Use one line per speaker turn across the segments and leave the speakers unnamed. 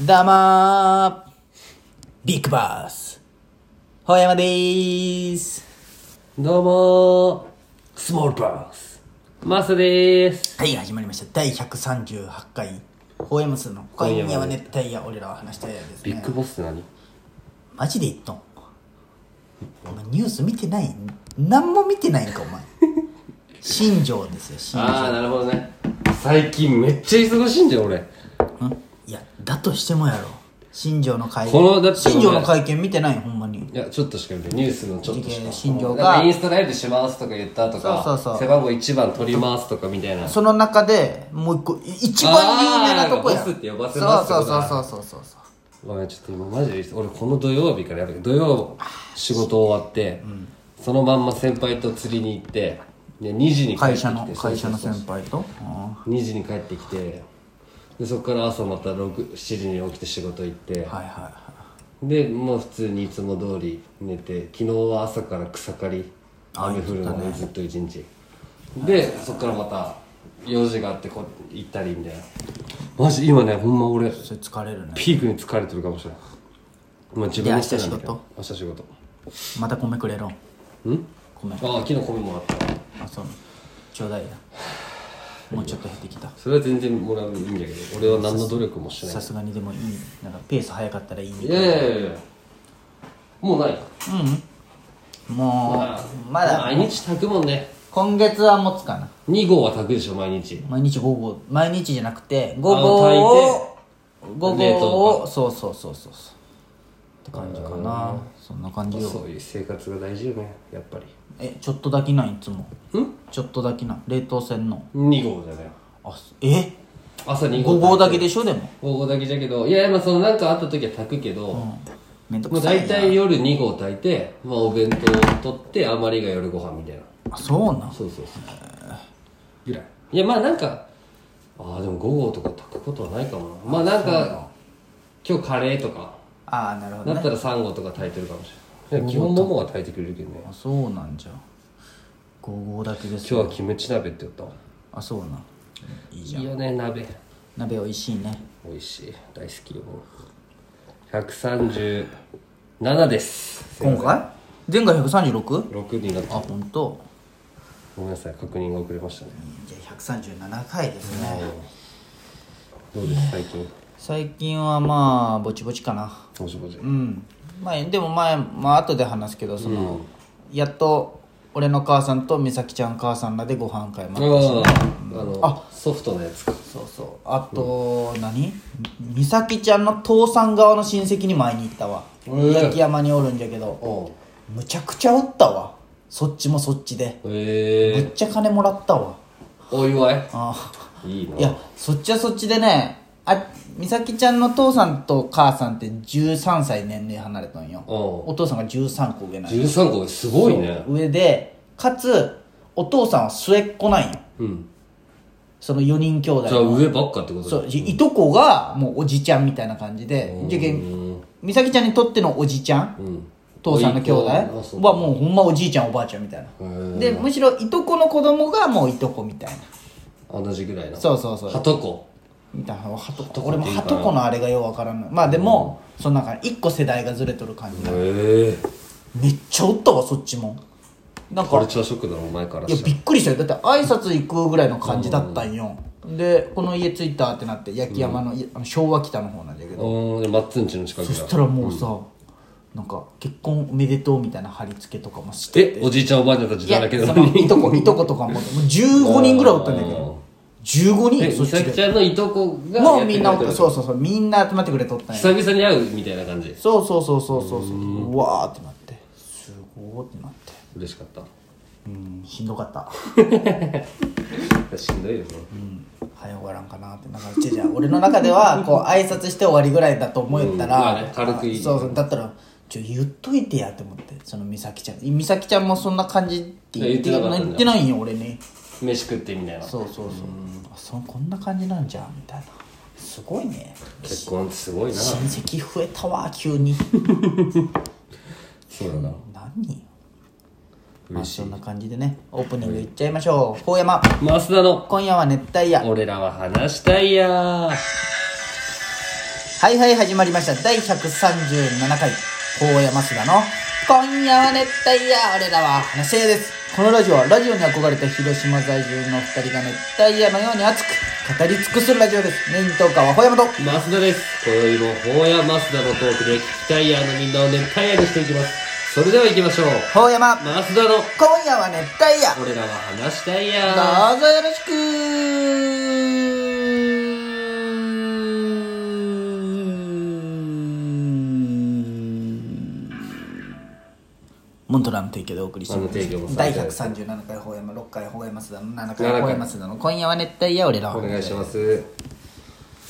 どうもービッグバスほやまでーす
どうもースモールバースマスでーす
はい、始まりました。第138回、ほやまスの今夜は熱帯夜、俺らは話したいやつです
ビッ
ね
グ。ボスって何
マジで言っとんお前ニュース見てない何も見てないん か、お前。新庄ですよ、新
ああなるほどね最近めっちゃ忙しいんだよ俺
庄。んいや、だとしてもやろ。新庄の会
このだって
新庄の会見見てないほんまに。
いやちょっとしか見てないニュースのちょっとし
いや
か
新庄が
なんかインスタライブしますとか言ったとか
そうそうそう
背番号1番取りますとかみたいな
その中で、もう一個、い一番有名なとこや。
あーボスって呼ばせますって
そう
こと
そう
だ
そうそうそうそう。
ごめんちょっと今マジで俺この土曜日からやばい土曜仕事終わって、そのまんま先輩と釣りに行ってで2時に帰って
会
きて
社の会社の
そうそうそう
先輩とあ
2時に帰ってきてでそこから朝また6 7時に起きて仕事行って、
ーはいはいは
でもう普通にいつも通り寝て昨日は朝から草刈り雨降るのでずっと一日、でそこからまた用事があってこう行ったりみたいなマジ今ねほんま俺
いそれ疲れるね
ピークに疲れてるかもしれないまあ自分のせいなんだけど明日仕事
また米くれろん
うん
米
ああ昨日米もらったわ
あそうちょうだいやもうちょっと減ってきた
それは全然もらういいんだけど俺は何の努力もしてない
さすがにでもいいなんかペース早かったらいい
い
ね
やいやいやいやもうない
うんもうまだ
毎日炊くもんね
今月は持つかな
2合は炊くでしょ毎日
毎日午後毎日じゃなくて午
あの
後を
炊いて
午
冷凍
後をそうそうそうそうそうって感じかなそんな感じよ
そういう生活が大事よねやっぱり
えちょっとだけないいつも
ん
ちょっとだけない冷凍鮮の
2合だね
あえ
朝2合
ごぼうだけでしょでも
5合だけじゃけどいやまあそのなんかあった時は炊くけど、も
めんど
う
くさい
大
な
体夜2合炊いて、まあ、お弁当を取って余りが夜ご飯みたいな
あそうなん
そうそうそうぐらいいやまあなんかああでも5合とか炊くことはないかもなまあなんか今日カレーとか
ああなるほど
だ
ね
ったら3合とか炊いてるかもしれないいや基本ももが炊いてくれるけどね
あそうなんじゃごぼうだけです
今日はキムチ鍋って言ったわ
あそうなんいい
い
じゃん
いよね鍋
鍋美味しいね
美味しい大好きよ137です
今回前回 136?
6になっ
あ
た
本当。
ごめんなさい確認が遅れましたね
じゃあ137回ですね
どうです最近
最近はまあぼちぼちかな
ぼちぼち
うんまあでも前まあ後で話すけどその、やっと俺の母さんと美咲ちゃん母さんらでご飯会ま
あ
で
ーあのソフトのやつか
そうそうあと、何美咲ちゃんの父さん側の親戚に前に行ったわ、
うん
焼山におるんじゃけど
お
むちゃくちゃおったわそっちもそっちで
え
め
え
っちゃ金もらったわ
お祝い
あ
いい
あ
ない
やそっちはそっちでねあ美咲ちゃんの父さんと母さんって13歳年齢離れたんよ
お
お父さんが13個上なんよ
13個すごいね
上でかつお父さんは末っ子なんよ
うん
その4人兄弟
じゃあ
の
上ばっかってことだ
そういいとこがもうおじちゃんみたいな感じでじゃけん美咲ちゃんにとってのおじちゃん
うん
父さんの兄弟は
おいっ子あそう
もうほんまおじいちゃんおばあちゃんみたいな
ー
でむしろいとこの子供がもういとこみたいな
同じぐらいな
そうそうそう
鳩子
みたいなハトコ
コ
俺もハトコのあれがようわからんのまあでもその中1個世代がずれとる感じだ
へえ
めっちゃおったわそっちもなん
カ
か
ルチャーショックだろお前から
いや
した
びっくりしたよだって挨拶行くぐらいの感じだったんよでこの家着いたってなって焼き山の,い、あの昭和北の方なんだけど
らうんでマッツンチの近く
そ
だ
したらもうさ、なんか結婚おめでとうみたいな貼り付けとかもして
えおじいちゃんおばあちゃんたち
い
だ
や
らけな
そ
の
の
に
いとこいとことかももう15人ぐらいおったんだけど15
え
人そっち
美咲ち
で
ゃんのいとこが
もうみんなおったそううそうそうみんな集まってくれとったんや
久々に会うみたいな感じ
そうそうそうそうそうそううわーってなってすごーってなって
嬉しかった
うんしんどかった
しんどいよね
早終わらんかなってなんか違う違う俺の中で はこう挨拶して終わりぐらいだと思ったら、
うんまあね軽くいい
そうそうだったらちょ言っといてやと思ってその美咲ちゃん美咲ちゃんもそんな感じって言って
いや言ってなかったんだ
言ってないんよ俺に
飯食ってみたいな
そうそうそうあそこんな感じなんじゃんみたいなすごいね
結婚ってすごいな
親戚増えたわ急 に
そうだな
何まあそんな感じでねオープニングいっちゃいましょう高山
増田の
今夜は熱帯夜
俺らは話したいやー
はいはい始まりました第137回高山須田の「今夜は熱帯夜俺らは話し合い」ですこのラジオはラジオに憧れた広島在住の2人が熱帯夜のように熱く語り尽くすラジオですメイントーカーはほやまと
増田です今宵もほうや増田のトークで聞きたいやのみんなを熱帯夜にしていきますそれでは行きましょう
ほうやま
増田の
今夜は熱帯夜
俺らは話したい
ど
や
うぞよろしくモントランの提供でお送りしておりま
あの提供も
す
され
第
て
137回法山6回法山須田の7
七
回
回
法山須田の今夜は熱帯夜俺らは
お願いします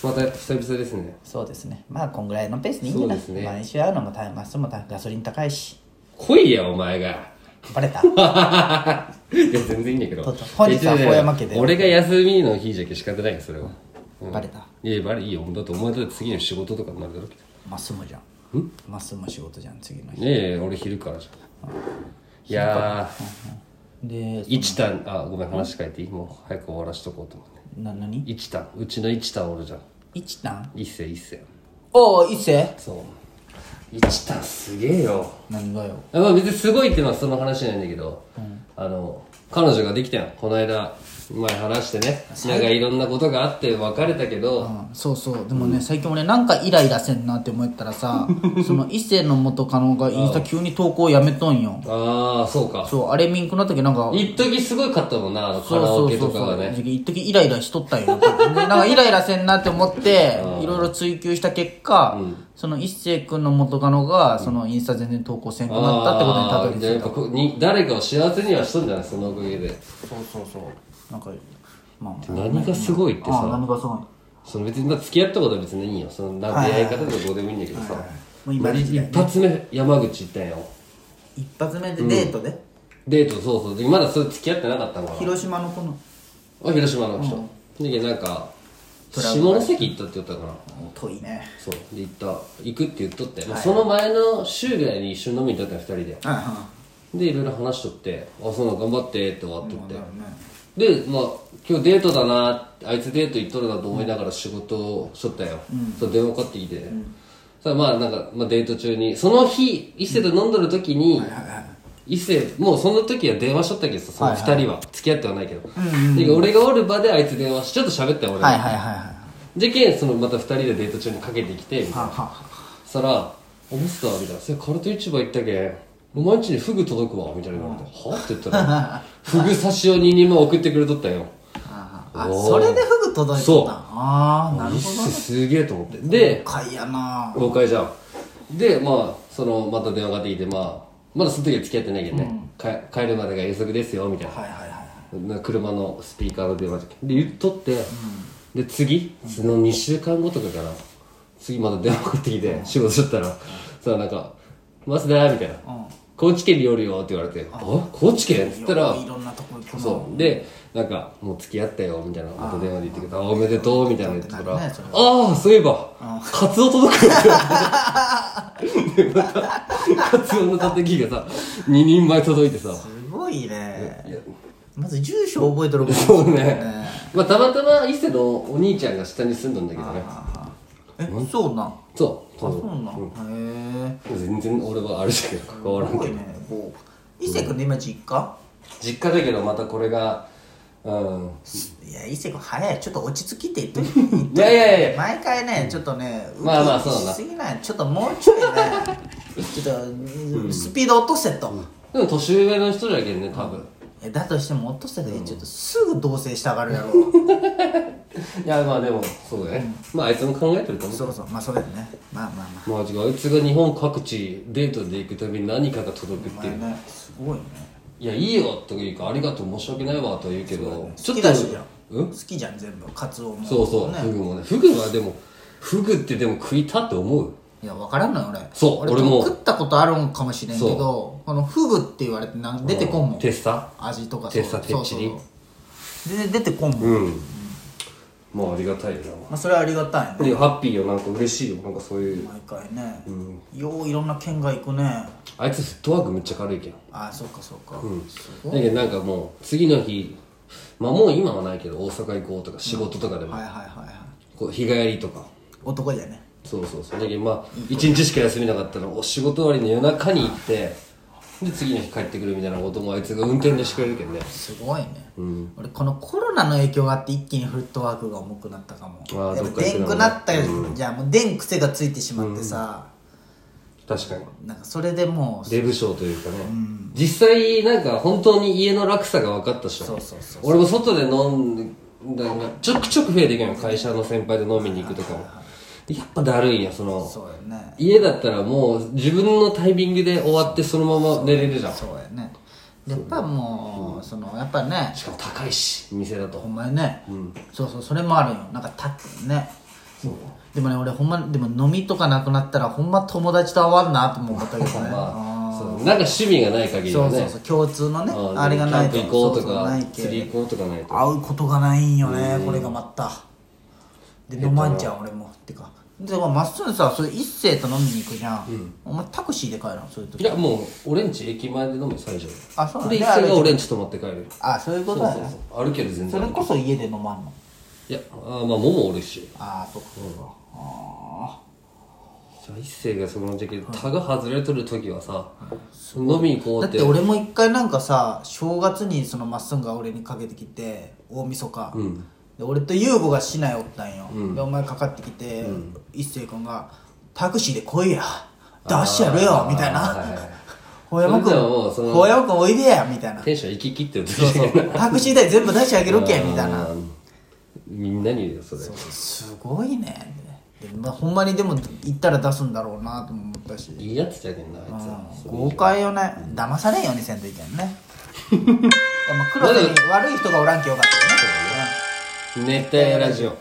また久々ですね
そうですねまあこんぐらいのペースでいいんじゃない
そうですね
毎週会うのも大変マスも大変ガソリン高い し
来いやお前 が
バレた
いや全然いいんだけど
そうそう本日は
え違う違う
ほうやま家で
俺が休みの日じゃけ仕方ないよそれは、うん
バレた
いやバレいいよだってお前だって次の仕事とかになるだろうけど
マスもじゃんマスも仕事じゃん次の日
ねえ俺昼からじゃんいや
で
ー一単あごめん話変えていいもう早く終わらしとこうと思って
な何
一単うちの一単おるじゃん
一単
一世一世
おお一世
そう一単すげえよ
何がよ
あまあ別にすごいっていうのはその話じゃないんだけど、あの彼女ができたよこの間前話してねなんかいろんなことがあって別れたけど、
うんそうそうでもね、最近俺なんかイライラせんなって思ったら さその一世の元カノがインスタ急に投稿やめとんよ
ああそうか
そうあれミンクなった時なんか
一時すごいかったもんなあのカ
そう
ラ
そ
オ
う
ケ
そ
と
う
か
そ
が
う
ね
一時一時イライラしとったんよでなんかイライラせんなって思っていろいろ追求した結果、その一世君の元カノがそのインスタ全然投稿せんくなったってことにたどり
あーじゃ
着
あや
い
ったぱこに誰かを幸せにはしとんじゃないそのおかげで
そうそうそうなんかまあま
何がすごいって
ああー
さ
何がすごい
その別にまあ付き合ったことは別にいいよそのな出会い方とかどうでもいいんだけどさ
もう今の時代
一発目山口行ったんよ
一発目でデートで、
デートそうそうでまだそれ付き合ってなかったのかな
広島のこの
あ広島の人、でなんか下関行ったって言ったかな
遠いね
そうで行った行くって言っとって、まあその前の週ぐらいに一緒に飲みに行ったの2人で
あ
でいろいろ話しとって「あそうなの頑張って」って終わっとって、
あ
でまあ今日デートだなあいつデート行っとるなと思いながら仕事をしとったよ、そう電話かかってきて、さあまあなんか、まあ、デート中にその日伊勢と飲んどる時に、伊勢もうその時は電話しとったけどさその2人は付き合ってはないけど、で俺がおる場であいつ電話しちょっと喋ったよ俺、
はいはいはいはい
でけんそのまた2人でデート中にかけてきてみたいな
はは
そしたら「おミスター」みたいな「それカルト市場行ったけんお前んちにフグ届くわ」みたいな言われて「 は?」って言ったら「フグ刺しを2人も送ってくれとったんよ」
ああ
おー
それでフグ届い
そう
てたああなる
ミ
ほど
スすげえと思ってで
深いやな
公開じゃんでまあそのまた電話がかかってきてまあまだその時は付き合ってないけどね、か帰るまでが予測ですよみたいな
はいはいはい
な車のスピーカーの電話でで言っとって、で次その2週間後とかから次また電話かかってきて仕事しとったらさあなんか「マスダー」みたいな、高知県におるよ」って言われて「あ高知県?」っつったら
いろんなとこ行くの
そうでなんか「もう付き合ったよ」みたいなまた電話で言ってくれた「あおめでとう」みたいな言ってたら「
なるねそれ
ああそういえばカツオ届くよ」って言われてでまたカツオのたたきがさ2人前届いてさ
すごいねまず住所覚えてること
そうね。まあ、たまたま伊勢のお兄ちゃんが下に住んどんだけどね。
えそうなんあ
そう。そ
そうなんへ
う全然俺はあれだけど関わ
え
ら
す
ん
ご
け
い
ど。
ねこう伊勢君で今実家
実家だけどまたこれが、うん。
いや伊勢君早いちょっと落ち着きって言っといて言っといて
いやいやいや
毎回ねちょっとねウキ
まあまあ
ウキ
そうだな
しすぎないちょっともうち ょいねちょっとスピード落とせと、
でも年上の人じゃけんね、多分。
えだとしても落とせでちょっとすぐ同棲したがるや ろう
いや、まあでも、そうだね。まああいつも考えてると思う。
そうそうまあそうだよねまあまあま
まあ違う、あいつが日本各地デートで行くたびに何かが届くっ
あ
ていう。
まあねすごいね
いや、いいよとか言うか、ありがとう、申し訳ないわとは言うけど、
好きだしじゃん
うん
好きじゃん全部カツオも
そうそう、
ね
フグもね。フグはでも、フグってでも食いたって思う
いや分からんのよ俺
そう俺
俺
も
も食ったことあるんかもしれんけどこのフグって言われてなん出てこんもん
テッサ
味とか
テッサ
そう
テッチリ
そうそう全然出てこんもん
うんまあありがたいよ
まあ、それはありがたい
な
ね
でハッピーよなんか嬉しいよなんかそういう
毎回ね、よういろんな県外行くね
あいつフットワークめっちゃ軽いけん
ああそうかそうか、すごい
だけどなんかもう次の日まあもう今はないけど大阪行こうとか仕事とかでも、
はいはいはいはい
こう日帰りとか
男じゃね
そうそうそうだけどまあ一日しか休みなかったらお仕事終わりの夜中に行ってで次の日帰ってくるみたいなこともあいつが運転でしてくれるけどね
すごいね、俺このコロナの影響があって一気にフットワークが重くなったかも
あー
やっ
どっ
ぱ
か行く
で
の
んくなったよ、じゃあもうでん癖がついてしまってさ、
確かに
なんかそれでもう
デブ症というかね、実際なんか本当に家の落差が分かったっしょ
そうそうそう
俺も外で飲んだのがちょくちょく増えていくの会社の先輩で飲みに行くとかもやっぱだるいんやその
そうよね
家だったらもう自分のタイミングで終わってそのまま寝れるじゃん
そうやねやっぱもう、そのやっぱね
しかも高いし店だ
ほ
と
んまにね、そうそうそれもあるよなんかたねでもね俺ほんまでも飲みとかなくなったらほんま友達と会わんなとも思ったけどね、
まあそうなんか趣味がない限り
そ
は
う
ね
そうそう共通のね
うん
あれがない
キャンプ行こうと
そうそうな
か
いけ
釣り行こうとかないと
会うことがないんよねこれがまたで飲まんじゃん俺もってかでもまっすぐさそれ一星と飲みに行くじゃん、お前タクシーで帰るのそういう
い
時
やもう俺んち駅前で飲むよ最初
あそうなんだ
で一斉が俺んち泊まって帰る
あそういうこと
そう
だ
そ
ね
うそう歩ける全
そ
然
れこそ家で飲まんの
いやあーまあももおるし
ああそうかそうか、あ
じゃあ一星がその時期タが外れとる時はさ飲み行こ
あ
う
だ
っ
ってて俺も一回なんかさ正月にそのまっすぐが俺にかけてきて大晦日、で俺と優吾が市内おったんよ、でお前かかってきて、一星君が「タクシーで来いや出してやるよ」みたい
はいはい
な「 ほ山君
それじゃあもうその
ほ山君おいでや」みた いな
テンション行き切ってる時
そうそうタクシー代全部出してあげるけんみたいな
あーみんなに言うよそれ
すごいねでまあ、ほんまにでも行ったら出すんだろうなとも思ったし
いいやつじゃねえなあいつはそう
豪快よね騙されんようにせんといけん ねいやまあ黒瀬に悪い人がおらんきゃよかったよね
熱帯ラジオ